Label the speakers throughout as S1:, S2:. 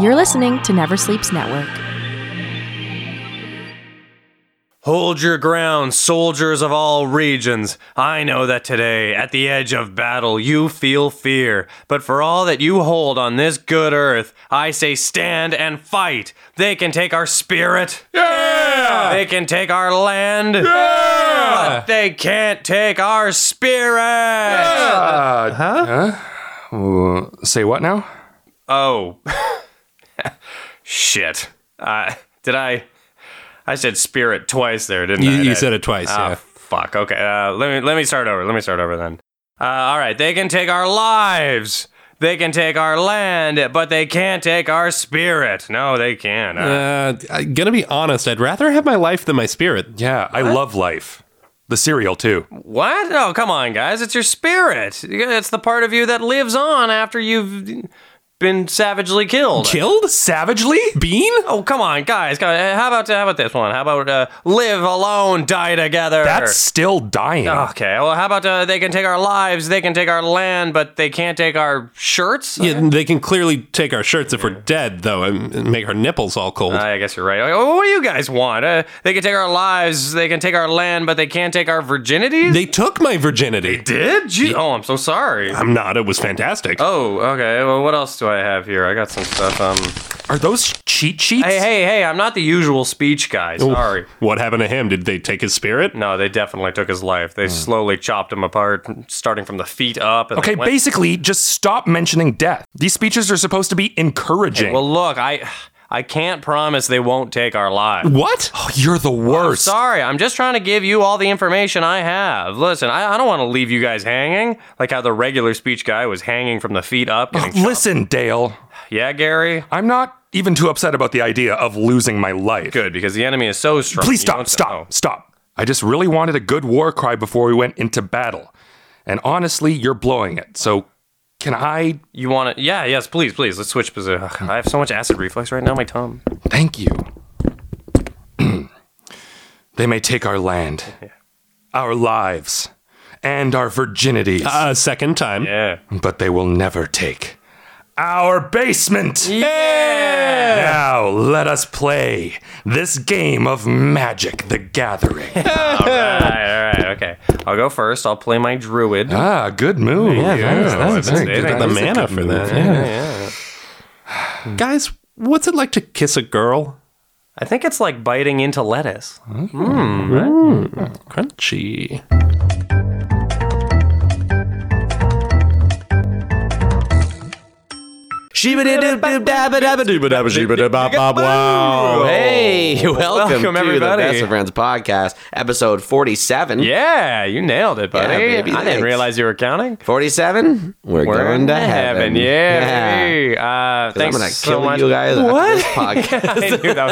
S1: You're listening to Never Sleeps Network.
S2: Hold your ground, soldiers of all regions. I know that today, at the edge of battle, you feel fear. But for all that you hold on this good earth, I say stand and fight. They can take our spirit.
S3: Yeah!
S2: They can take our land.
S3: Yeah!
S2: But they can't take our spirit.
S3: Uh, huh? Uh, say what now?
S2: Oh. Shit. Uh, did I? I said spirit twice there, didn't
S4: You,
S2: I?
S4: you
S2: That-
S4: said it twice.
S2: Ah,
S4: yeah.
S2: fuck. Okay. Uh, let me let me start over. Let me start over then. Uh, all right. They can take our lives. They can take our land, but they can't take our spirit. No, they can't. Uh,
S4: Uh, I'm gonna be honest. I'd rather have my life than my spirit.
S3: Yeah, I love life. The cereal, too.
S2: what? Oh, come on, guys. It's your spirit. It's the part of you that lives on after you've been savagely killed.
S4: Killed savagely. Bean.
S2: Oh, come on, guys. Come on. Uh, How about how about this one? How about uh, live alone, die together?
S3: That's still dying.
S2: Okay, well, how about uh, they can take our lives, they can take our land, but they can't take our shirts?
S4: Yeah, they can clearly take our shirts if we're dead, though, and and make our nipples all cold.
S2: I guess you're right. Like, oh, what do you guys want? Uh, they can take our lives, they can take our land, but they can't take our virginities?
S4: they took my virginity.
S2: did? Gee- Oh, I'm so sorry.
S4: I'm not. It was fantastic.
S2: Oh, okay. Well, what else do I have here? I got some stuff. Um,
S3: Are those cheat sheets?
S2: hey, hey, hey! I'm not the usual speech guy.
S3: Oh.
S2: Sorry.
S4: What happened to him? Did they take his spirit?
S2: No, they definitely took his life.
S3: Hmm.
S2: They slowly chopped him apart, starting from the feet up. And
S3: Okay,
S2: they went-
S3: basically, just stop mentioning death. These speeches are supposed to be encouraging.
S2: Well, look, I, I can't promise they won't take our lives.
S4: What?
S3: Oh, you're the worst.
S2: Sorry, I'm just trying to give you all the information I have. Listen, I, I don't want to leave you guys hanging, like how the regular speech guy was hanging from the feet up.
S3: Oh,
S2: getting shot.
S3: Listen, Dale,
S2: Yeah, Gary?
S3: I'm not even too upset about the idea of losing my life.
S2: Good, because the enemy is so strong.
S3: Please
S2: You
S3: stop,
S2: don't-
S3: stop,
S2: oh.
S3: stop. I just really wanted a good war cry before we went into battle. And honestly, you're blowing it. So, can I
S2: You want to? Yeah, yes, please, please. Let's switch position. I have so much acid reflux right now, my tongue.
S3: Thank you. they may take our land, our lives, and our virginities,
S4: A second time.
S2: Yeah.
S3: but they will never take our basement.
S2: Yeah!
S3: Now let us play this game of Magic the Gathering.
S2: all right, all right, okay. I'll go first. I'll play my druid.
S3: ah, good move. Yeah,
S4: that's,
S3: very
S2: that's-
S3: good.
S2: that's
S4: the mana for that. Yeah. Guys, what's it like to kiss a girl?
S2: I think it's like biting into lettuce.
S4: Crunchy.
S5: Hey, welcome,
S2: Welcome,
S5: to
S2: everybody.
S5: the Best of Friends podcast, episode 47.
S2: Yeah, you nailed it, buddy.
S5: Yeah, baby,
S2: I didn't
S5: thanks.
S2: realize you were counting.
S5: 47? We're, going to heaven.
S2: Yeah. baby. Uh,
S5: 'Cause I'm
S2: thanks
S5: going to
S2: so
S5: kill
S2: much.
S5: you guys
S2: What?
S5: after this podcast.
S2: I knew that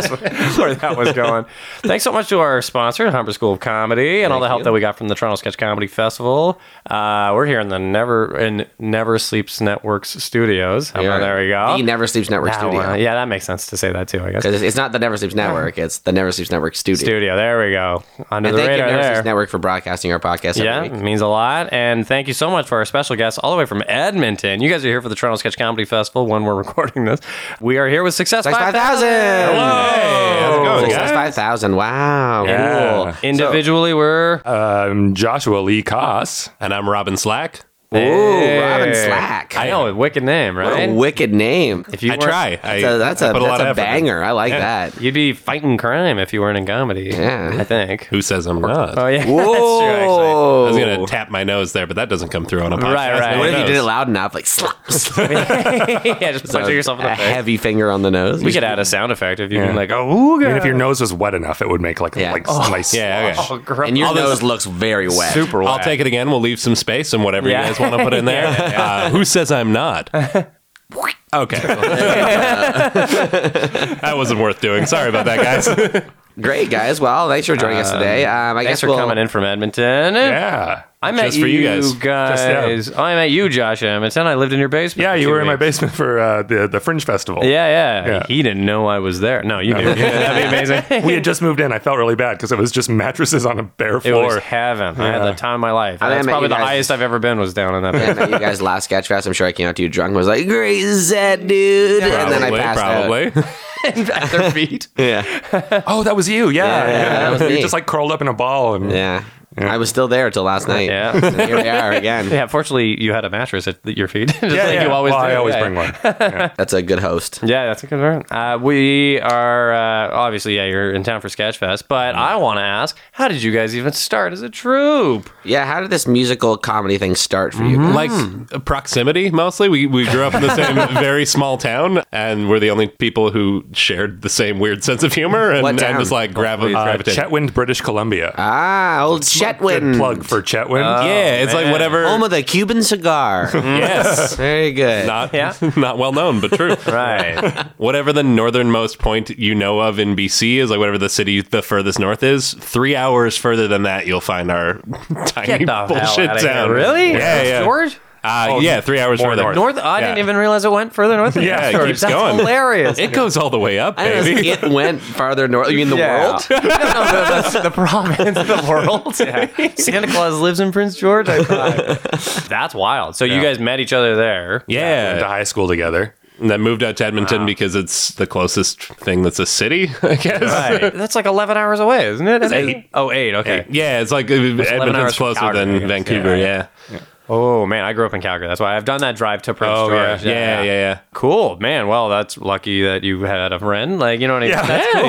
S2: was where that was going. Thanks so much to our sponsor, Humber School of Comedy, and all the help that we got from the Toronto Sketch Comedy Festival. Uh, we're here in the Never in Never Sleeps Networks studios. Humber,
S5: Yeah.
S2: there we go.
S5: The Never Sleeps Network
S2: Now,
S5: studio.
S2: uh, yeah, that makes sense to say that too. I guess
S5: Because it's not the Never Sleeps Network, it's the Never Sleeps Network studio.
S2: studio. There we go. Under
S5: And
S2: the
S5: thank you,
S2: radar
S5: Never
S2: there.
S5: Sleeps Network, for broadcasting our podcast every
S2: Yeah,
S5: week.
S2: it means a lot. And thank you so much for our special guests all the way from Edmonton. You guys are here for the Toronto Sketch Comedy Festival when we're recording this. We are here with Success
S5: Success
S2: 5000.
S5: 5000.
S3: Oh.
S2: Hello.
S5: Success 5000. Wow.
S2: Cool.
S3: Yeah.
S2: Individually, we're.
S3: Um, Joshua Lee Koss.
S4: And I'm Robin Slack.
S2: Hey.
S5: Ooh, Robin Slack.
S2: I know, a wicked name,
S5: What
S2: right?
S5: a wicked name.
S2: if you
S4: I
S2: weren't-
S4: try. I,
S5: So that's
S4: I
S5: a,
S4: put a lot
S5: that's a,
S4: of effort in.
S5: banger. I like that.
S2: You'd be fighting crime if you weren't in comedy.
S5: Yeah.
S2: I think.
S4: Who says I'm not?
S2: Oh, yeah.
S4: I
S5: Whoa.
S4: was gonna tap my nose there, but that doesn't come through on a podcast.
S2: Right, right.
S4: No
S5: What if
S4: one
S5: you did it
S4: knows.
S5: loud enough? Like slap, slap.
S2: That's true, actually. yeah, just punching yourself in the
S5: a
S2: face.
S5: heavy finger on the nose.
S2: we could add a sound effect if you can, like, oh,
S3: I mean, if your nose was wet enough, it would make like
S5: Yeah.
S3: like
S5: Oh,
S3: nice.
S4: Yeah. Okay.
S2: oh, gross.
S5: and your
S2: All this
S5: nose looks very wet.
S3: Oh,
S2: super
S4: I'll take it again. We'll leave some space and whatever
S2: Yeah.
S4: you guys want to put in there. Uh, who says I'm not? okay. that wasn't worth doing. Sorry about that, guys.
S5: Great guys. Well, thanks for joining us today. Um, I
S2: Thanks
S5: guess
S2: for
S5: we'll,
S2: coming in from Edmonton.
S3: Yeah.
S2: I met Oh,
S3: Just for you guys. Just, yeah.
S2: I met you, Josh Amundsen. I lived in your basement.
S3: Yeah,
S2: for
S3: you
S2: two
S3: were in my
S2: weeks.
S3: basement for uh, the the Fringe Festival.
S2: Yeah, yeah,
S3: Yeah.
S2: He didn't know I was there. No, you knew.
S3: that'd be amazing. we had just moved in. I felt really bad because it was just mattresses on a bare
S2: It
S3: floor.
S2: was heaven. I had the time of my life.
S5: I
S2: That's
S5: met
S2: probably
S5: you
S2: the
S5: guys-
S2: highest I've ever been. Was down in that.
S5: I
S2: basement.
S5: met you guys last sketch fest. I'm sure I came out to you drunk and was like, "Great set, dude," and then I passed out.
S4: probably.
S2: At their feet.
S5: Yeah,
S3: oh, that was you. Yeah, yeah,
S5: that was
S3: you were
S5: me.
S3: just like curled up in a ball and
S5: yeah. I was still there till last night.
S2: Yeah.
S5: And here we are again.
S2: Yeah, fortunately, you had a mattress at your feet, just like you always
S3: Well,
S2: do.
S3: I always
S2: Yeah.
S3: bring one.
S5: That's a good host.
S2: Yeah, that's a good one. Uh, we are uh, obviously, yeah, you're in town for Sketchfest, but I want to ask, how did you guys even start as a troupe?
S5: Yeah, how did this musical comedy thing start for you?
S2: Mm-hmm.
S4: like proximity mostly we, we grew up in the same very small town and we're the only people who shared the same weird sense of humor and,
S5: What
S4: and
S5: town?
S4: just like grav-
S3: Uh,
S4: gravitated
S3: Chetwynd, British Columbia.
S5: Ah, old
S3: Good
S5: Chetwin.
S3: plug for Chetwynd.
S4: yeah it's like whatever
S5: Home of the Cuban cigar.
S2: Mm-hmm.
S4: yes
S5: Very good.
S4: not
S2: Yeah.
S4: not well known but true
S2: Right.
S4: whatever the northernmost point you know of in BC is like whatever the city the furthest north is 3 hours further than that you'll find our tiny
S2: Get the
S4: bullshit
S2: hell out of
S4: town
S2: here. Really?
S4: yeah yeah
S2: George?
S4: uh, yeah 3 hours
S3: more
S4: further
S3: north.
S2: North? I
S4: Yeah.
S2: didn't even realize it went further north. Than
S4: Yeah, it
S2: George.
S4: keeps
S2: That's
S4: going.
S2: hilarious.
S4: it goes all the way up
S5: I don't know,
S4: baby
S5: it went farther north. You mean the
S2: Yeah.
S5: world?
S2: No, no, no, that's the province, the world. Yeah. Santa Claus lives in Prince George. I thought. That's wild. So you guys met each other there.
S4: yeah,
S3: Went to high school together.
S4: And then moved out to Edmonton because it's the closest thing that's a city, I guess.
S2: Right. That's like 11 hours away, isn't it? That's eight. Oh, eight. Okay.
S4: Yeah, it's like uh
S2: hours
S4: Edmonton's
S2: from
S4: closer
S2: Calgary, I
S4: than
S2: guess.
S4: Vancouver. Yeah.
S2: Oh, man. I grew up in Calgary. That's why I've done that drive to Prince
S4: Oh, yeah.
S2: George.
S4: Yeah, yeah, yeah.
S2: Cool, man. Well, that's lucky that you had a friend. Like, you know what I mean? Yeah, that's cool.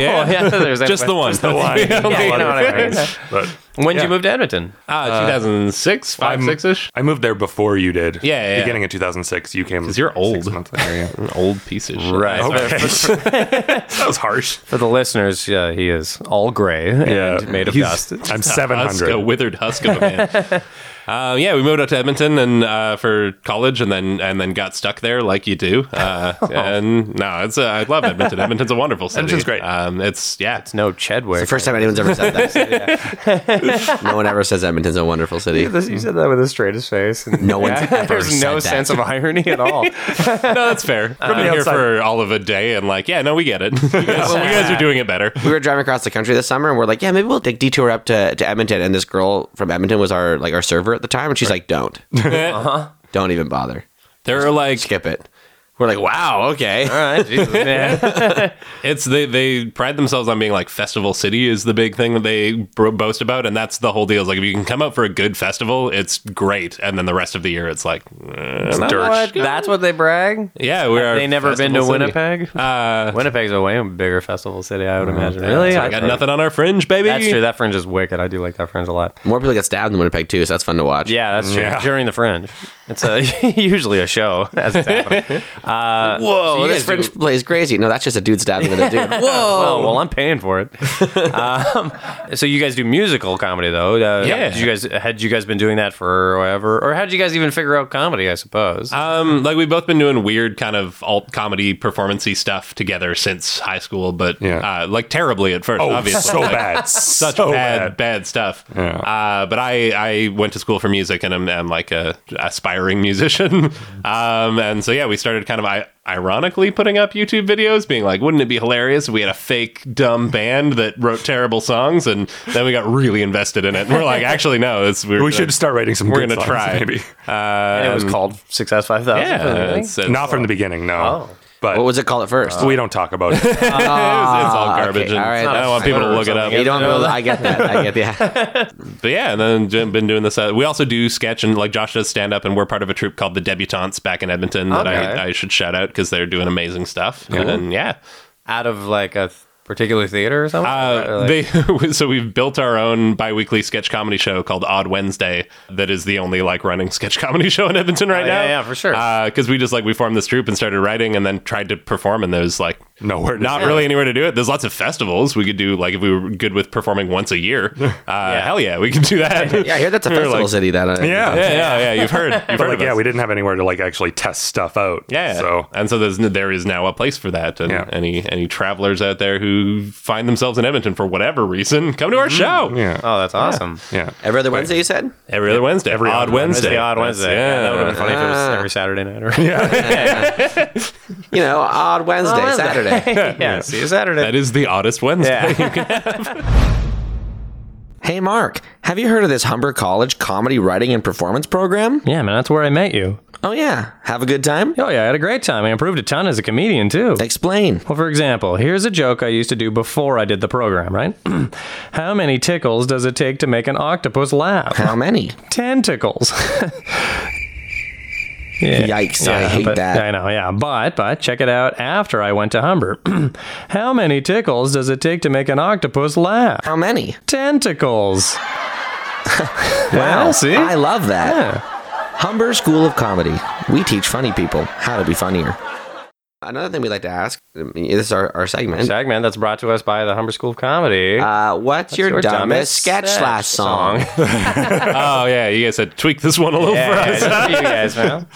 S4: yeah.
S2: there's
S4: Just the one.
S2: Just the one.
S4: Yeah,
S2: Yeah, you
S4: like-
S2: know what I mean?
S3: But
S2: When did you move to Edmonton?
S4: Ah, 2006, 5,
S3: I'm-
S4: 6 ish?
S3: I moved there before you did.
S4: Yeah, yeah.
S3: Beginning in 2006, you came. Because
S4: you're old.
S3: Months later, yeah.
S4: An old piece of shit.
S2: Right.
S3: Okay. that was harsh.
S2: For the listeners, yeah, he is all gray and made of
S3: He's-
S2: dust.
S3: I'm
S4: Husk, a
S3: 700.
S4: withered husk of a man. Uh, yeah, we moved out to Edmonton and uh, for college, and then and then got stuck there like you do. Uh, And no, it's uh, I love Edmonton. Edmonton's a wonderful city.
S3: Oh. Edmonton's great.
S4: Um, it's yeah, it's
S2: No Chedwick.
S5: The first time anyone's ever said that. no one ever says Edmonton's a wonderful city.
S2: you said that with the straightest face.
S5: No one's ever
S2: There's
S5: said
S2: no
S5: that.
S2: sense of irony at all.
S4: no, that's fair. I've been
S3: the
S4: here
S3: outside.
S4: for all of a day, and like, yeah, no, we get it. You guys, you guys are doing it better.
S5: we were driving across the country this summer and we're like, yeah, maybe we'll take detour up to, to Edmonton. And this girl from Edmonton was our like our server at the time, and she's like, don't,
S2: Uh-huh.
S5: don't even bother,
S4: They're like,
S5: skip it. We're like, wow, okay.
S2: all right, Jesus, man.
S4: it's they they pride themselves on being like festival city is the big thing that they bro- boast about, and that's the whole deal. Is like if you can come out for a good festival, it's great, and then the rest of the year, it's like, eh, not much.
S2: What? That's what they brag.
S4: Yeah, we are.
S2: They never been
S4: festival
S2: to
S4: city.
S2: Winnipeg.
S4: Uh,
S2: Winnipeg's a way bigger festival city, Mm, I would imagine. Really?
S4: I got nothing on our fringe, baby.
S2: That's true. That fringe is wicked. I do like that fringe a lot.
S5: More people get stabbed in Winnipeg too, so that's fun to watch.
S2: Yeah, that's true. During the Fringe, it's a usually a show as it's happening.
S5: Whoa,
S2: you
S5: this
S2: guys do-
S5: French play is crazy. No, that's just a dude stabbing another dude. Whoa.
S2: Oh well, I'm paying for it. um, so you guys do musical comedy though? Uh,
S4: Yeah.
S2: Did you guys had you guys been doing that forever, or how did you guys even figure out comedy? I suppose.
S4: Um, like we've both been doing weird kind of alt comedy performancey stuff together since high school, but
S3: Yeah.
S4: uh, like terribly at first.
S3: Oh,
S4: obviously,
S3: so
S4: Like,
S3: bad.
S4: such
S3: so
S4: bad, bad, stuff.
S3: Yeah.
S4: Uh, but I, I went to school for music and I'm, I'm like a aspiring musician. um, and so yeah, we started kind of I- ironically putting up YouTube videos, being like, wouldn't it be hilarious if we had a fake dumb band that wrote terrible songs? And then we got really invested in it. And we're like, actually, no, it's we're gonna-
S3: We should start writing some.
S4: We're
S3: good
S4: gonna
S3: songs,
S4: try.
S3: maybe.
S2: And it was called Success Five Thousand.
S4: yeah, it's, it's,
S3: Not from the beginning, no. But
S5: What was it called at first?
S3: we don't talk about it.
S4: it's- it's all garbage.
S5: okay,
S4: and
S5: all right,
S4: I
S5: that's
S4: don't want people to look
S2: Uh,
S4: it up.
S5: you don't know. I get that. I get that.
S4: But yeah, and then j- been doing this. Uh, we also do sketch and like Josh does stand up, and we're part of a troupe called the Debutantes back in Edmonton that
S2: Okay.
S4: I, I should shout out because they're doing amazing stuff. And yeah,
S2: out of like a th- particular theater or something. Or,
S4: uh,
S2: like-
S4: they so we've built our own biweekly sketch comedy show called Odd Wednesday that is the only like running sketch comedy show in Edmonton right
S2: Oh, yeah,
S4: now. Uh,
S2: yeah, for sure.
S4: Because we just like we formed this troupe and started writing, and then tried to perform in those like
S3: Nowhere. to
S4: Not
S3: say.
S4: really anywhere to do it. There's lots of festivals we could do. Like if we were good with performing once a year, uh, hell yeah, we could do that.
S5: Yeah, I hear that's a
S4: We were
S5: festival
S4: like-
S5: city that. uh, I,
S4: Yeah,
S3: Yeah.
S4: yeah, yeah. You've heard. You've heard.
S3: But like,
S4: of
S3: yeah,
S4: us.
S3: we didn't have anywhere to like actually test stuff out.
S4: Yeah.
S3: So
S4: and so there's there is now a place for that. And
S3: Yeah.
S4: any any travelers out there who find themselves in Edmonton for whatever reason, come to our show
S3: yeah,
S2: Oh, that's awesome.
S3: yeah.
S5: Every other Wednesday, you said.
S4: every other Wednesday, every odd
S2: Wednesday,
S4: Wednesday,
S2: odd
S4: That's-
S2: Wednesday. Yeah, that would have been funny if it was
S5: Ah.
S2: every Saturday night. Or yeah,
S5: You know, odd Wednesday, Saturday.
S2: yeah, see you Saturday.
S4: That is the oddest Wednesday.
S2: yeah.
S5: hey, Mark, have you heard of this Humber College comedy writing and performance program?
S2: yeah, man, that's where I met you.
S5: Oh yeah, have a good time.
S2: Oh yeah, I had a great time. I improved a ton as a comedian too.
S5: Explain.
S2: Well, for example, here's a joke I used to do before I did the program, right? How many tickles does it take to make an octopus laugh?
S5: How many?
S2: Tentacles. yeah.
S5: Yikes! I hate
S2: but-
S5: that.
S2: I know, yeah. But, but, check it out after I went to Humber. How many tickles does it take to make an octopus laugh?
S5: How many?
S2: Tentacles. well, see?
S5: I love that. Humber School of Comedy. We teach funny people how to be funnier. Another thing we'd like to ask I mean, this is our, our segment.
S2: Segment that's brought to us by the Humber School of Comedy.
S5: Uh, what's, your,
S2: Your
S5: dumbest, sketch slash song?
S4: oh yeah, you guys said tweak this one a little for us.
S2: yeah, you guys, man.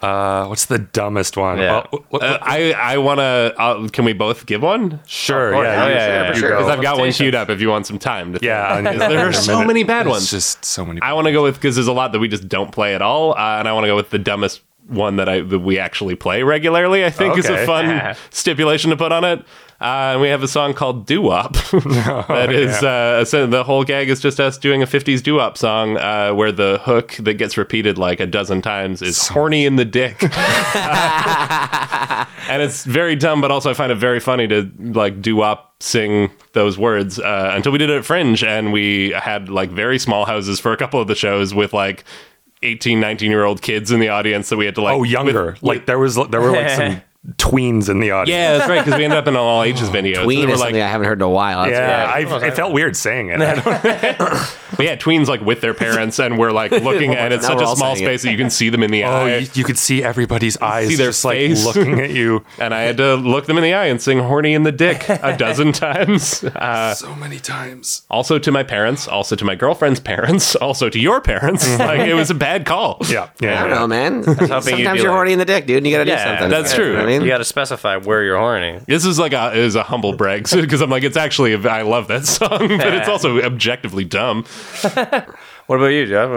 S3: Uh, what's the dumbest one?
S2: Yeah.
S3: Well, what-
S4: Uh, I I want to. Uh, can we both give one?
S3: sure.
S2: course.
S3: yeah.
S2: Oh,
S3: you-
S2: yeah, yeah,
S3: you
S2: sure.
S3: go.
S4: Because I've got one queued up. If you want some time, to think.
S3: Yeah, I know.
S4: 'Cause there are so many bad
S3: It's
S4: ones.
S3: Just so many.
S4: I want to go with because there's a lot that we just don't play at all, uh, and I want to go with the dumbest one that I that we actually play regularly. I think is
S3: Okay.
S4: a fun stipulation to put on it. Uh, and we have a song called "Doo Wop." that is uh, so the whole gag is just us doing a '50s doo wop song uh, where the hook that gets repeated like a dozen times is "horny in the dick." and it's very dumb, but also I find it very funny to like do up sing those words uh, until we did it at Fringe and we had like very small houses for a couple of the shows with like 18, 19 year old kids in the audience that we had to like
S3: Oh, younger.
S4: with-
S3: like there was there were like some tweens in the audience.
S4: yeah, that's right because we ended up in an all ages video. So
S5: Ween
S4: they were
S5: is
S4: like,
S5: something I haven't heard in a while. That's
S3: Yeah,
S5: weird.
S3: I've, it felt weird saying it. I don't-
S4: but yeah, tweens like with their parents and we're like looking and it's
S5: Now
S4: such
S5: we're
S4: a
S5: all
S4: small
S5: saying it.
S4: space that you can see them in the
S3: oh,
S4: eye.
S3: you, you could see everybody's eyes
S4: see their
S3: just like
S4: face.
S3: looking at you
S4: and I had to look them in the eye and sing "horny in the dick" a dozen times. Uh,
S3: so many times.
S4: also to my parents, also to my girlfriend's parents, also to your parents. like it was a bad call.
S3: Mm-hmm. Yeah,
S5: I
S3: yeah.
S5: don't
S3: yeah.
S5: know, man.
S2: you'd be
S5: Sometimes you're
S2: like-
S5: horny in the dick, dude. And you gotta do
S2: Yeah,
S5: something.
S4: that's
S5: You know
S4: true.
S5: what I mean,
S2: You got to specify where you're horny.
S4: This is like a is a humble brag because I'm like it's actually a, I love that song, but it's also objectively dumb.
S2: What about you, Jeff?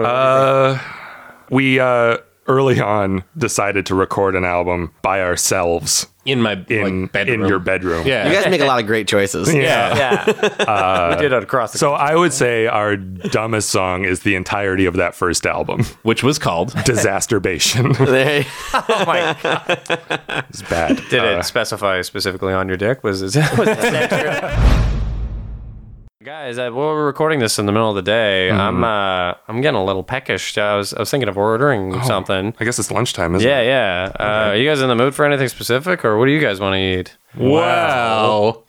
S3: We uh, early on decided to record an album by ourselves
S4: In my
S3: in
S4: like, bedroom.
S3: in your bedroom.
S4: yeah.
S5: you guys make a lot of great choices.
S4: yeah.
S2: yeah, we did it across the.
S3: So I would say our dumbest song is the entirety of that first album,
S4: which was called.
S3: Disasterbation.
S5: There-
S2: oh my!
S3: it's bad.
S2: Did
S3: Uh,
S2: it specify specifically on your dick? Was it? Was it Guys, uh, well, we're recording this in the middle of the day.
S5: Mm-hmm.
S2: I'm uh, I'm getting a little peckish. I was I was thinking of ordering
S5: Oh.
S2: something.
S3: I guess it's lunchtime, isn't
S2: Yeah,
S3: it?
S2: yeah. Uh, Are you guys in the mood for anything specific, or what do you guys want to eat?
S4: Wow.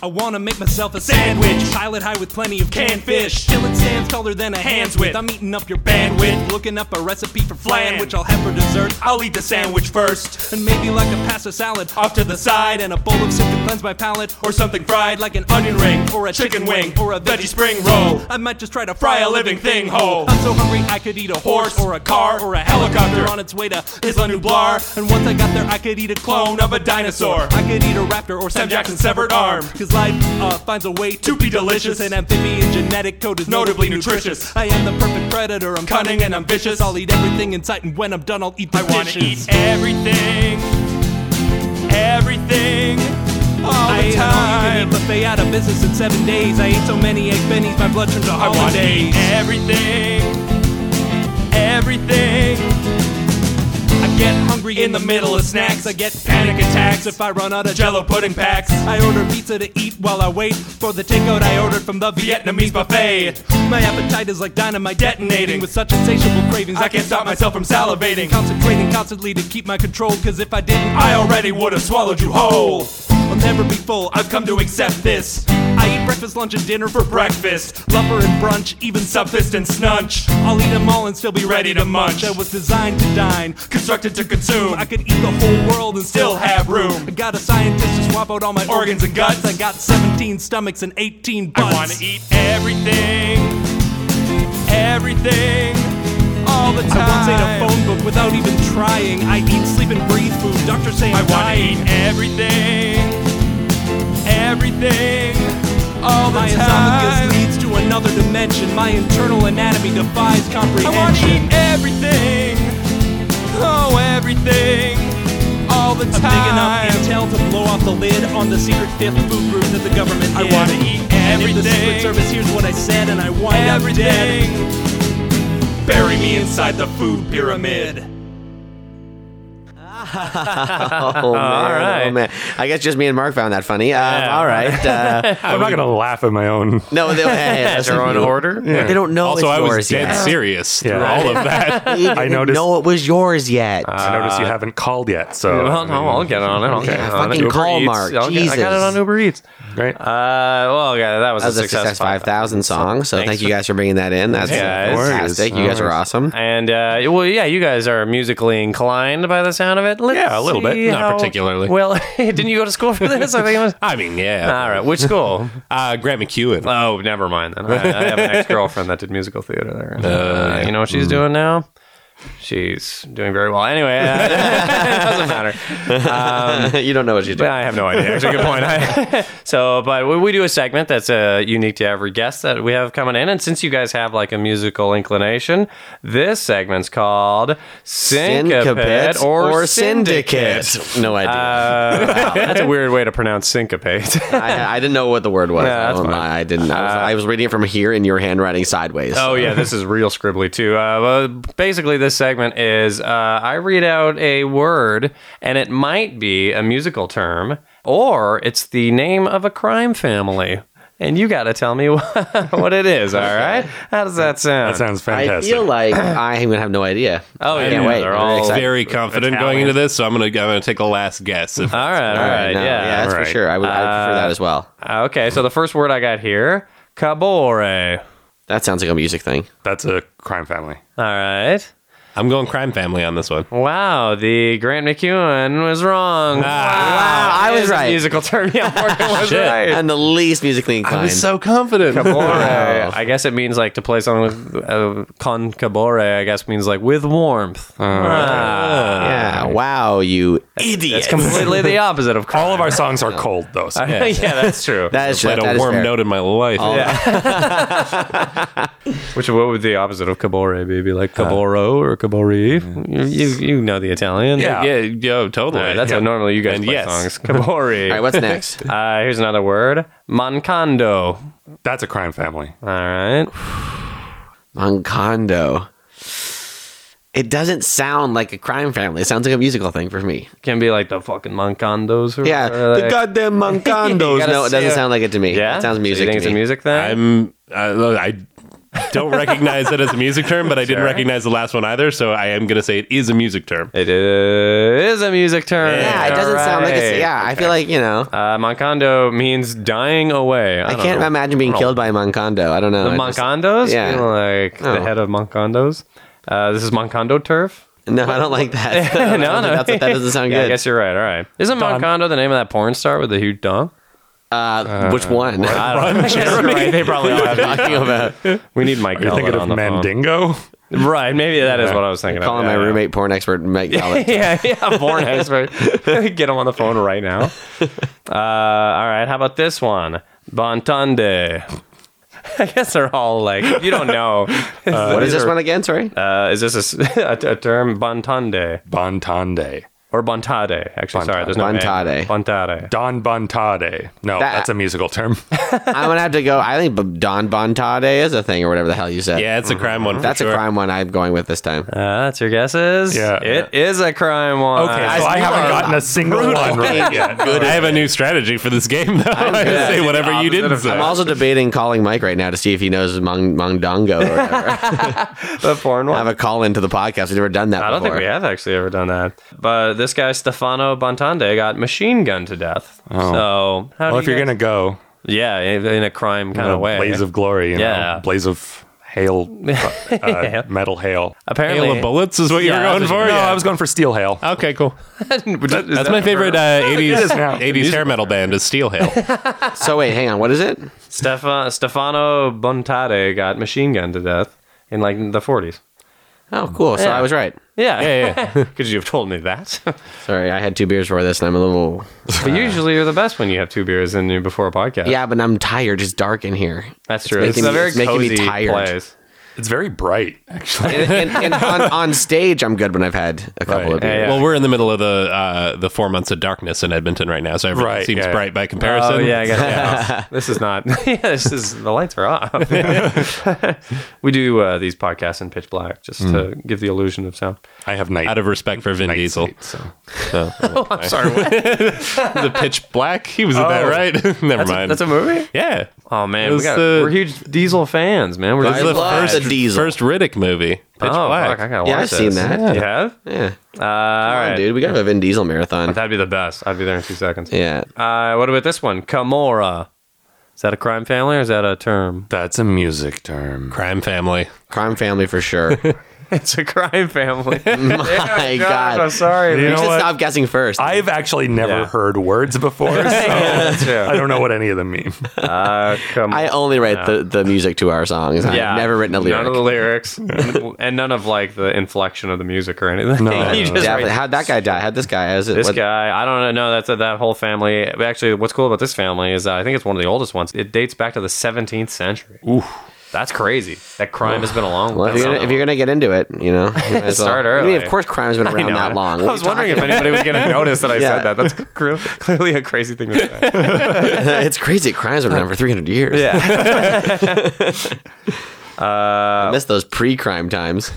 S6: I wanna make myself a sandwich. Pilot high with plenty of canned fish. Chillin' sands taller than a hand's width. I'm eating up your bandwidth. Looking up a recipe for flan, which I'll have for dessert. I'll eat the sandwich first. And maybe like a pasta salad off to the side. And a bowl of soup to cleanse my palate. Or something fried like an onion ring. Or a chicken wing. Or a veggie spring roll. I might just try to fry a living thing whole. I'm so hungry I could eat a horse. Or a car. Or a helicopter on its way to Isla Nublar. And once I got there, I could eat a clone of a dinosaur. I could eat a raptor or Sam Jackson's severed arm. Cause life uh, finds a way to be delicious. An amphibian genetic code is notably nutritious. I am the perfect predator, I'm cunning and I'm vicious. I'll eat everything in sight, and when I'm done, I'll eat the I wanna eat everything. Everything. All the I time. Ate buffet out of business in seven days. I ate so many egg bennies, my blood turned to holidays. I want everything. Everything. I get hungry in the middle of snacks. I get panic attacks if I run out of jello pudding packs. I order pizza to eat while I wait for the takeout I ordered from the Vietnamese buffet. My appetite is like dynamite detonating with such insatiable cravings. I can't stop myself from salivating. Concentrating constantly to keep my control, cause if I didn't, I already would have swallowed you whole. I'll never be full, I've come to accept this. I eat breakfast, lunch, and dinner for breakfast. Lumber and brunch, even subfist and snunch. I'll eat them all and still be ready to munch. I was designed to dine, constructed to consume. I could eat the whole world and still have room. I got a scientist to swap out all my organs and guts. I got 17 stomachs and 18 butts. I wanna eat everything, everything. All the time. I once ate a phone book without even trying. I eat, sleep, and breathe food. Doctors say I'm I want to eat everything everything all the my time. esophagus leads to another dimension. My internal anatomy defies comprehension. I want to eat everything. Oh, everything. All the time. A big enough intel to blow off the lid on the secret fifth food route that the government I want to eat everything. the Secret Service hears what I said and I wind everything. up dead. Bury me inside the food pyramid.
S5: Oh, man, oh
S2: right.
S5: man. I guess just me and Mark found that funny. Um, All right. Uh,
S3: I'm not going to laugh at my own.
S5: no, they, hey, listen,
S2: Their own
S5: you-
S2: order?
S5: They don't know
S4: also,
S5: it's
S4: I was
S5: yours
S4: dead
S5: yet.
S4: serious through
S3: Yeah.
S4: all of that.
S5: They didn't
S3: noticed- Uh,
S5: know it was yours yet.
S3: I notice you haven't called yet, so
S2: Well, no, I'll get on it. I'll get
S5: Yeah,
S2: on it.
S5: fucking call Mark,
S2: I'll get- I got it
S5: Jesus.
S2: on Uber Eats.
S3: right.
S2: Uh, well, yeah, that was,
S5: that was
S2: a
S5: a success five thousand song. So
S2: Thanks
S5: thank you
S2: for-
S5: guys for bringing that in. That's
S2: Hey, guys.
S5: fantastic. You
S3: No
S5: guys are
S3: worries.
S5: awesome.
S2: And uh, well, yeah, you guys are musically inclined by the sound of it. Let's
S3: Yeah, a little bit.
S2: see
S4: Not
S2: how-
S4: particularly.
S2: Well, didn't you go to school for this? I think it was.
S4: I mean, yeah.
S2: All right, which school?
S4: Uh, Grant McEwen.
S2: Oh, never mind then. I, I have an ex-girlfriend that did musical theater there. And, uh, you know what she's doing now? She's doing very well. Anyway, uh, it doesn't matter.
S5: you don't know what you do.
S2: But I have no idea. Actually, good point. I, so, but we, we do a segment that's uh, unique to every guest that we have coming in, and since you guys have like a musical inclination, this segment's called Syncopate, or, Syndicate.
S5: No idea.
S2: Uh, wow, that's a weird way to pronounce syncopate.
S5: I, I didn't know what the word was.
S2: Yeah, that's
S5: I, don't know.
S2: fine.
S5: I didn't. I was, I was reading it from here in your handwriting sideways.
S2: Oh yeah, this is real scribbly too. Uh, well, basically, this segment is uh, I read out a word, and it might be a musical term, or it's the name of a crime family, and you got to tell me what it is. All right, how does that sound?
S3: that sounds
S5: I
S3: fantastic.
S5: feel like I'm gonna have no idea.
S2: Oh,
S5: I
S2: yeah,
S5: can't wait.
S2: they're
S5: I'm
S2: all
S5: excited.
S4: Very confident
S2: Italian.
S4: going into this, so I'm gonna I'm gonna take a last guess. If,
S2: all right, all
S5: All
S2: right, Uh,
S5: no,
S2: yeah.
S5: that's for
S3: alright.
S5: sure. I would, I would prefer that as well.
S2: Okay, so the first word I got here, cabore.
S5: That sounds like a music thing.
S3: That's a crime family.
S2: All right.
S4: I'm going crime family on this one.
S2: Wow, the Grant McEwen was wrong.
S5: wow, I
S2: It
S5: was
S2: is a
S5: right.
S2: Musical term. Yeah, Morgan was
S4: Ah. Shit.
S2: right.
S5: I'm the least musically inclined.
S4: I was so confident.
S2: Cabore. I guess it means like to play something with uh, con cabore. I guess means like with warmth. Ah,
S5: yeah. Wow, you idiot.
S2: It's completely the opposite of
S3: All
S2: crime.
S3: of our songs are cold though. So.
S2: yeah. that's true.
S5: that is
S4: Played
S5: that
S4: a
S5: is
S4: warm
S5: fair.
S4: note in my life.
S2: Which what would the opposite of cabore be? Be like caboro or cabori? Uh. You, you you know the Italian.
S3: Yeah.
S4: yeah, yo, totally.
S2: All right, that's how normally you guys
S4: And
S2: play
S4: yes.
S2: songs. Cabori.
S5: All right, what's next?
S2: uh, here's another word. Mancando. All
S3: That's a crime family.
S2: right.
S5: Moncondo. It doesn't sound like a crime family. It sounds like a musical thing for me.
S2: Can be like the fucking mancandos or
S5: Yeah,
S2: whatever
S5: the
S2: they-
S5: goddamn
S2: You
S5: Moncondos.
S2: gotta
S5: no, it doesn't
S2: say-
S5: sound like it to me.
S2: yeah.
S5: it sounds
S2: So
S5: music.
S2: You think it's
S5: to
S2: a
S5: me.
S2: music thing?
S4: I'm. I, look, I don't recognize it as a music term, but I didn't recognize the last one either. So I am gonna say it is a music term.
S2: It is a music term.
S5: Yeah, it doesn't sound like it's.
S2: Alright.
S5: Yeah, I feel like you know.
S2: Uh, Moncondo means dying away. I,
S5: I
S2: don't
S5: can't
S2: know.
S5: imagine being killed by a Moncondo. I don't know.
S2: The
S5: I just-
S2: Moncondos?
S5: yeah.
S2: You know, like the
S5: Oh.
S2: head of Moncondos. Uh, this is Moncondo turf.
S5: no, I don't like that. I don't
S2: no,
S5: think
S2: no.
S5: that's, that doesn't sound
S2: Yeah, I
S5: good.
S2: guess you're right. All right. Isn't Moncondo the name of that porn star with the huge dong?
S5: uh, which one?
S2: I don't know. I guess you're right. They probably all have.
S5: talking about
S2: We need Mike.
S3: You're thinking
S2: Gallant
S3: of
S2: on the phone.
S3: Mandingo?
S2: Right. Maybe that is what I was thinking of.
S5: calling my
S2: Yeah, yeah.
S5: roommate porn expert Mike Gallant.
S2: yeah,
S3: uh,
S2: yeah, born expert. Get him on the phone right now. Uh, all right, how about this one? Bontande. I guess they're all like, if you don't know.
S5: what is this one again? Sorry.
S2: Uh, is this a s- a, a term? Bontande.
S3: Bontande.
S2: Or bontade, actually. Sorry, there's no A.
S5: Bontade.
S2: Bontade.
S3: Don Bontade. No,
S5: That-
S3: that's a musical term.
S5: I'm gonna have to go. I think B- Don Bontade is a thing or whatever the hell you said.
S4: Yeah, it's a crime one. For
S5: that's
S4: sure.
S5: a crime one. I'm going with this time.
S2: Uh, that's your guesses?
S3: Yeah.
S2: It is a crime one.
S3: Okay, so I haven't gotten a single one right yet.
S4: Good. I have a new strategy for this game, though. I'm gonna say whatever you didn't say.
S5: I'm also debating calling Mike right now to see if he knows Mong Mondongo or whatever.
S2: the foreign one.
S5: have a call into the podcast. We've never done that.
S2: I don't think
S5: before.
S2: we have actually ever done that. But this guy Stefano Bontande got machine gunned to death. So how
S5: Oh.
S3: Well,
S2: do
S3: if
S2: you
S3: you're
S2: guys-
S3: going to go,
S2: Yeah, in a crime kind
S3: you know,
S2: of way.
S3: blaze of glory. You
S2: Yeah.
S3: know, blaze of hail, uh, uh, metal hail.
S2: Apparently,
S4: Hail of bullets is what
S2: Yeah,
S4: you were going
S2: that's
S4: for.
S2: what-
S3: No,
S4: yeah.
S3: I was going for steel hail.
S4: Okay, cool.
S2: Is
S4: That's
S2: that
S4: my
S2: the
S4: favorite
S2: verb?
S4: uh, 80s,
S3: now.
S4: 80s hair metal band is Steel Hail.
S5: So wait, hang on. What is it?
S4: uh,
S2: Stefan Stefano Bontade got machine gunned to death in like the 40s.
S5: Oh, cool. So I was right.
S2: Yeah,
S4: yeah,
S2: Could you have told me that?
S5: Sorry, I had two beers for this, and I'm a little.
S2: but usually, you're the best when you have two beers in you before a podcast.
S5: Yeah, but I'm tired. It's dark in here.
S2: that's true.
S5: making
S2: It's, a
S5: me-
S2: very
S5: it's making me
S2: cozy
S5: tired.
S2: place.
S3: It's very bright, actually.
S5: And, and, and on, on stage, I'm good when I've had a couple
S3: Right.
S5: of beers.
S2: Yeah.
S4: Well, we're in the middle of the uh, the four months of darkness in Edmonton right now, so everything
S3: Right,
S4: seems
S3: yeah.
S4: bright by comparison.
S2: Oh yeah, I guess this is not. Yeah, this is the lights are off. we do uh, these podcasts in pitch black just to
S4: Mm.
S2: give the illusion of sound.
S3: I have night.
S4: Out of respect for Vin
S3: night
S4: Diesel.
S3: sleep, so.
S4: Oh, I'm sorry. the Pitch Black. He was in that,
S3: Oh.
S4: right? Never
S2: That's a,
S4: mind.
S2: that's a movie.
S4: yeah.
S2: Oh man,
S4: It
S2: we
S4: was
S2: got,
S4: the-
S2: we're huge Diesel fans, man. We're
S5: I
S2: just
S5: love
S4: first,
S5: the Diesel.
S4: first Riddick movie. Pitch
S2: oh,
S4: Black.
S2: fuck, I gotta
S5: Yeah,
S2: watch
S5: I've seen
S2: this.
S5: that.
S2: You have?
S5: Yeah.
S2: Uh, all
S5: Come on,
S2: right,
S5: dude. We got a Vin Diesel marathon.
S2: That'd be the best. I'd be there in two seconds.
S5: Yeah.
S2: Uh, what about this one? Kimura. Is that a crime family or is that a term?
S3: That's a music term.
S4: Crime Family.
S5: Crime family for sure.
S2: It's a crime family.
S5: My God.
S2: I'm sorry.
S3: You
S5: You should
S3: know what?
S5: stop guessing first.
S3: I've actually never
S2: Yeah.
S3: heard words before, so I don't know what any of them mean.
S2: Uh, Kim-
S5: I only write the, the music to our songs. I've never written a lyric.
S2: None of the lyrics, and- and none of like the inflection of the music or anything.
S3: No, no,
S2: You
S3: no.
S2: just
S5: Definitely.
S2: write-
S5: How'd that guy die? How'd this guy? How's it?
S2: this
S5: what-
S2: guy, I don't know. That's that whole family. Actually, what's cool about this family is uh, I think it's one of the oldest ones. It dates back to the 17th century. Ooh, that's crazy. That crime has been a long.
S5: Well, if
S2: that's
S5: you're,
S2: not
S5: gonna, if
S2: long.
S5: you're gonna get into it, you know, you might as
S2: Start
S5: well. I mean,
S2: early.
S5: of course, crime's been
S2: I
S5: around
S2: know.
S5: that long.
S2: I
S5: What
S2: was
S5: are
S2: wondering
S5: you
S2: if
S5: talking
S2: anybody was going to notice that I said
S5: Yeah.
S2: that. That's cr- clearly a crazy thing to say.
S5: about? it's crazy. Crime's been around for 300 years.
S2: Yeah. Uh,
S5: I miss those pre-crime times.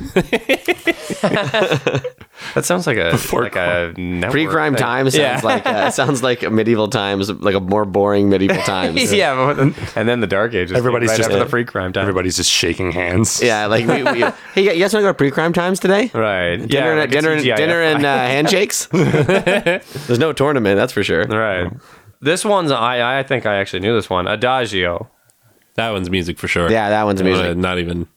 S2: That sounds like a like a network
S5: Pre-crime
S2: thing.
S5: times sounds like uh, sounds like medieval times, like a more boring medieval times.
S2: Yeah, but- and then the Dark Ages. came
S3: Everybody's
S2: right
S3: just-
S2: after the pre-crime time.
S3: Everybody's just shaking hands.
S5: yeah. Like, we, we, hey, you guys want to go to pre-crime times today?
S2: Right.
S5: Dinner,
S2: yeah.
S5: and,
S2: like a
S5: dinner, and,
S2: TGIF.
S5: dinner, and uh, handshakes. There's no tournament, that's for sure.
S2: Right. This one's I I think I actually knew this one. Adagio.
S4: That one's music for sure.
S5: Yeah, that one's
S4: Uh,
S5: music.
S4: not even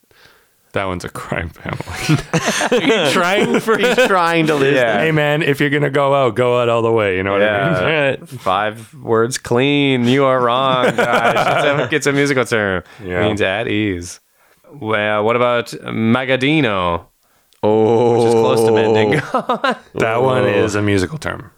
S3: That one's a crime family.
S4: trying for
S5: He's trying to lose.
S2: Yeah.
S3: hey, man, if you're going to go out, go out all the way. You know what I mean?
S2: Yeah. Five words clean. You are wrong, guys. It's a- it's a musical term.
S3: Yeah.
S2: Means at ease. Well, what about Magadino?
S5: Oh,
S2: Which is close to Mandingo.
S3: That one is a musical term.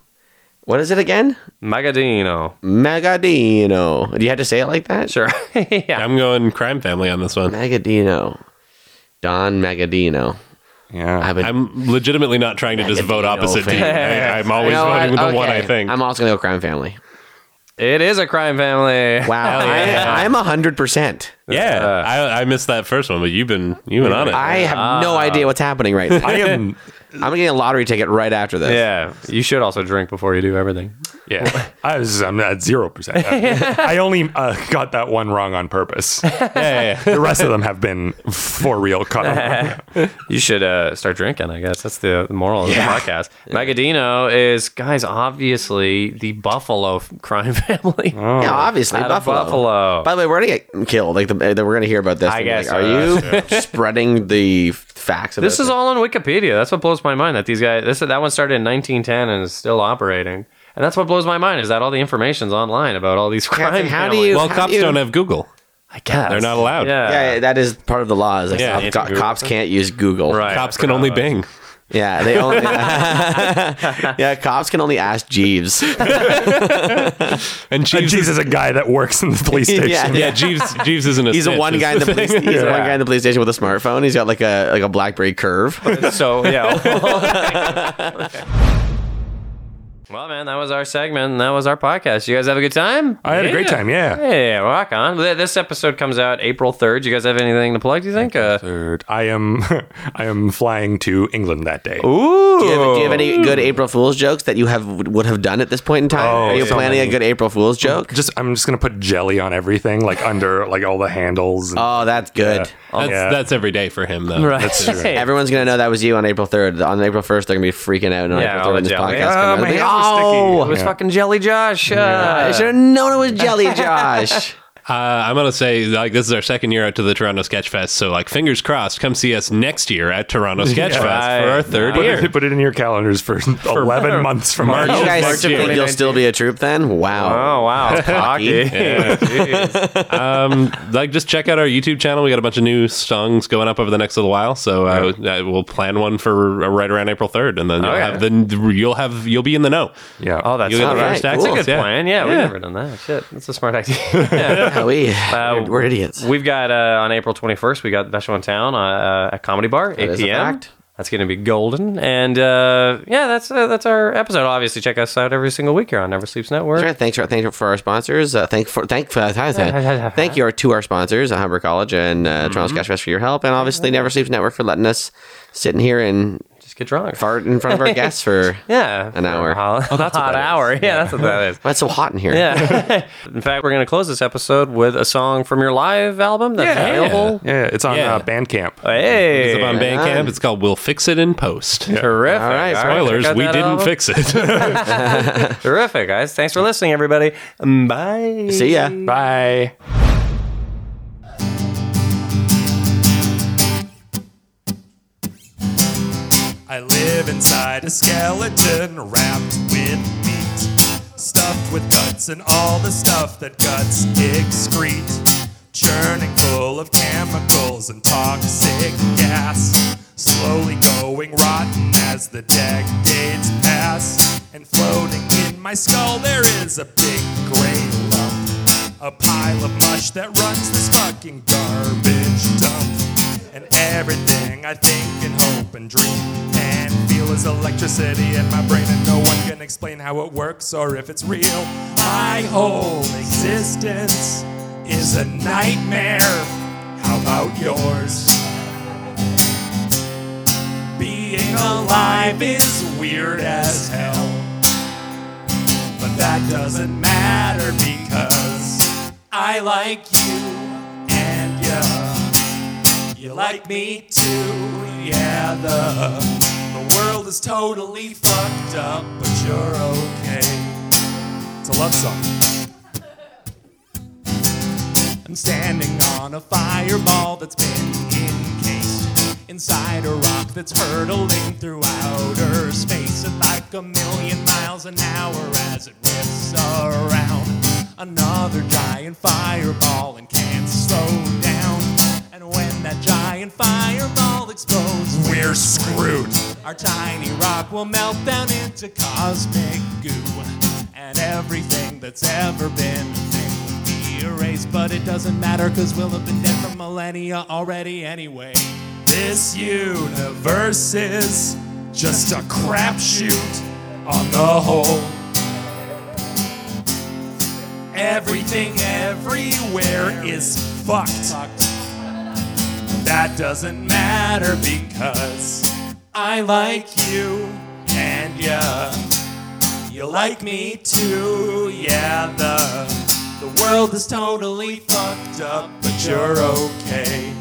S5: What is it again?
S2: Magadino.
S5: Magadino. Do you have to say it like that?
S2: Sure. yeah.
S4: I'm going Crime Family on this one.
S5: Magadino. Don Magadino.
S3: Yeah.
S5: I've been.
S4: I'm legitimately not trying to just vote opposite
S5: fan.
S4: team. I, I'm always
S5: You know what?
S4: voting with the one
S5: Okay.
S4: I think.
S5: I'm also gonna go crime family.
S2: It is a crime family.
S5: Wow,
S4: yeah.
S5: I, I'm hundred percent.
S4: yeah, I, I missed that first one, but you've been you've been on it.
S5: uh, I have no idea what's happening right now.
S3: I am.
S5: I'm getting a lottery ticket right after this.
S2: Yeah. You should also drink before you do everything.
S3: Yeah. I was. I'm at zero percent. I only uh, got that one wrong on purpose.
S4: yeah, yeah.
S3: The rest of them have been for real. Cut off.
S2: You should uh, start drinking, I guess. That's the moral of the podcast. Magadino is, guys, obviously the Buffalo f- crime family.
S5: Yeah, obviously
S2: Out of
S5: Oh, Buffalo.
S2: Buffalo.
S5: By the way, we're gonna get killed. Like the, the, we're gonna hear about this.
S2: I
S5: and be like,
S2: guess,
S5: are you spreading the f- facts? About
S2: This is all on Wikipedia. That's what blows my mind that these guys, this, that one started in 1910 and is still operating. And that's what blows my mind is that all the information's online about all these crime
S5: Captain, how do
S2: families.
S5: you-
S4: Well,
S5: How
S4: cops
S5: you-
S4: don't have Google.
S2: I guess.
S4: They're not allowed.
S2: Yeah.
S5: Yeah, that is part of the law. Is like
S4: Yeah,
S5: cop-
S4: it's
S5: co-
S4: Google.
S5: cops can't use Google.
S2: Right.
S4: Cops can only Bing.
S5: Yeah, they only. yeah, cops can only ask Jeeves.
S4: And Jeeves,
S3: Jeeves is a guy that works in the police station.
S5: yeah,
S4: yeah, Jeeves, Jeeves isn't a.
S5: He's a
S4: snitch,
S5: one
S4: is
S5: guy in the police. He's the one
S2: Yeah.
S5: guy in the police station with a smartphone. He's got like a like a BlackBerry Curve.
S2: So yeah. Well, man, that was our segment and that was our podcast. You guys have a good time?
S3: I had a great time. Yeah.
S2: Hey, rock on. Th- This episode comes out April 3rd. You guys have anything to plug, do you think? Uh,
S3: Third, I am. I am flying to England that day.
S2: Oh. ooh.
S5: Do you, have, do you have any good April Fool's jokes that you have would have done at this point in time?
S3: Oh,
S5: Are you
S3: so
S5: planning a
S3: many.
S5: good April Fool's joke?
S3: Just I'm just gonna put jelly on everything, like under like all the handles. And,
S5: Oh, that's good.
S4: That's,
S3: Yeah.
S4: that's every day for him, though.
S2: Right.
S4: That's true.
S2: Hey.
S5: Everyone's gonna know that was you on April third. On April first, they're gonna be freaking out on
S2: Yeah,
S5: April
S2: all
S5: third when
S2: the
S5: this
S2: jelly.
S3: Ah,
S5: podcast comes out. They're like, Oh,
S2: It
S3: sticky.
S2: was
S3: Yeah.
S2: fucking Jelly Josh. Uh,
S5: I should have known it was Jelly Josh.
S4: Uh, I'm gonna say like this is our second year out to the Toronto Sketch Fest, so like fingers crossed, come see us next year at Toronto Sketch Fest for our
S2: Right.
S4: third
S3: Put
S4: year.
S3: it, put it in your calendars for, 11 months from
S4: March.
S5: you
S3: now.
S5: guys
S4: March of
S5: think you'll still be a troop then? Wow.
S2: Oh wow, cocky.
S4: Yeah. um, like just check out our YouTube channel. We got a bunch of new songs going up over the next little while, so uh, uh, we'll plan one for uh, right around April 3rd, and then you'll
S2: Oh, yeah.
S4: have the you'll have you'll be in the know.
S3: Yeah.
S2: Oh, that's
S4: You'll get
S2: not
S4: the
S5: Alright,
S4: first
S5: cool.
S4: access.
S5: That's
S2: Good
S4: yeah.
S2: plan. Yeah, we've
S4: Yeah.
S2: never done that. Shit, that's a smart idea. Yeah.
S5: Wow, we,
S2: Uh,
S5: we're idiots.
S2: We've got uh, on April 21st, we got Vegetable in Town uh, at Comedy Bar, 8
S5: is a
S2: p.m.
S5: fact.
S2: That's going to be golden. And uh, yeah, that's uh, that's our episode. Obviously, check us out every single week here on Never Sleeps Network.
S5: Sure, thanks for thanks for our sponsors. Uh, thank for thank for thank you our- to our sponsors, uh, Humber College and uh, Toronto
S2: Mm-hmm.
S5: Sketch Fest for your help, and obviously Never Sleeps Network for letting us sit in here and
S2: Just get drunk.
S5: fart in front of our guests for.
S2: Yeah.
S5: An hour.
S2: Oh, that's a hot hour. Yeah, that's what that is.
S5: Why it's so hot in here?
S2: Yeah. in fact, we're going to close this episode with a song from your live album that's
S4: Yeah.
S2: available.
S3: yeah, it's on
S4: Yeah.
S3: uh, Bandcamp.
S2: Hey.
S4: It's up on Bandcamp. It's called "We'll Fix It in Post."
S2: Terrific.
S5: All right,
S2: All
S4: Spoilers:
S2: check out
S4: We
S2: that
S4: didn't
S2: album.
S4: fix it.
S2: Terrific, guys. Thanks for listening, everybody. Mm, Bye.
S5: See ya.
S3: Bye.
S7: I live inside a skeleton wrapped with meat, stuffed with guts and all the stuff that guts excrete, churning full of chemicals and toxic gas, slowly going rotten as the decades pass, and floating in my skull there is a big gray lump. A pile of mush that runs this fucking garbage dump. And everything I think and hope and dream and feel is electricity in my brain, and no one can explain how it works or if it's real. My whole existence is a nightmare. How about yours? Being alive is weird as hell. But that doesn't matter because I like you and you. You like me too, yeah. The, the world is totally fucked up, but you're okay. It's a love song. I'm standing on a fireball that's been encased inside a rock that's hurtling through outer space at like a million miles an hour as it whips around. Another giant fireball and can't slow down. And when that giant fireball explodes, we're screwed. Our tiny rock will melt down into cosmic goo. And everything that's ever been a thing be erased, but it doesn't matter because we'll have been dead for millennia already anyway. This universe is just a crapshoot on the whole. Everything everywhere is fucked. That doesn't matter because I like you and ya. You like me too, yeah. The the world is totally fucked up, but you're okay.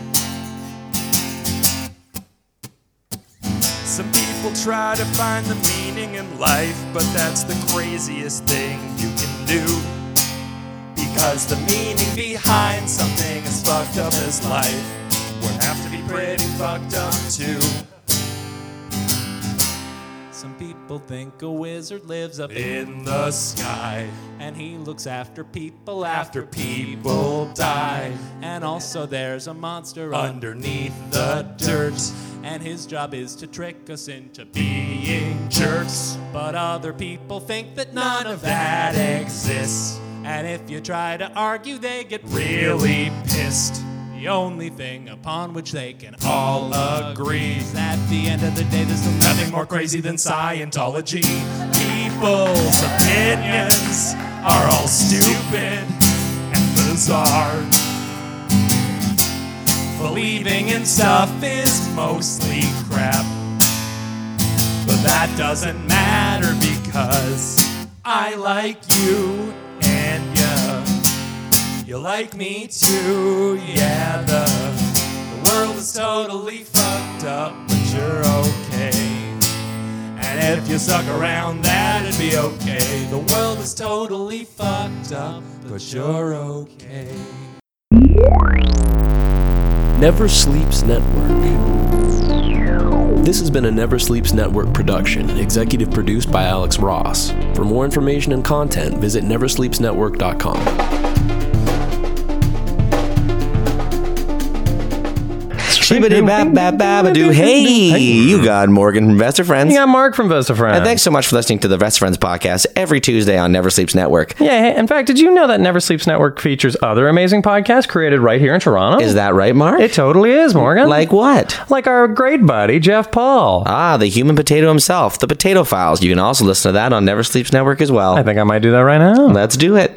S7: Some people try to find the meaning in life, but that's the craziest thing you can do. Because the meaning behind something as fucked up as life would have to be pretty fucked up too. Some people think a wizard lives up in the sky. And he looks after people after people die. And also there's a monster underneath the dirt. And his job is to trick us into being jerks. But other people think that none of that exists. And if you try to argue, they get really pissed. The only thing upon which they can all agree is at the end of the day, there's nothing more crazy than Scientology. People's opinions are all stupid and bizarre. Believing in stuff is mostly crap. But that doesn't matter because I like you and you. You like me too, yeah. The, the world is totally fucked up, but you're okay. And if you suck around, that'd be be okay. The world is totally fucked up, but you're okay.
S8: Never Sleeps Network. This has been a Never Sleeps Network production, executive produced by Alex Ross. For more information and content, visit neversleepsnetwork.com.
S5: Shibbity bap bap bap do. Hey, you got Morgan from Best of Friends.
S2: Yeah, Mark from Best of Friends.
S5: And thanks so much for listening to the Best of Friends podcast every Tuesday on Never Sleeps Network.
S2: Yeah, hey, in fact, did you know that Never Sleeps Network features other amazing podcasts created right here in Toronto?
S5: Is that right, Mark?
S2: Oh. it totally is, Morgan.
S5: like what?
S2: like our great buddy Jeff Paul.
S5: Ah, the human potato himself, the Potato Files. You can also listen to that on Never Sleeps Network as well.
S2: Mm-hmm. I think I might do that right now.
S5: Let's do it.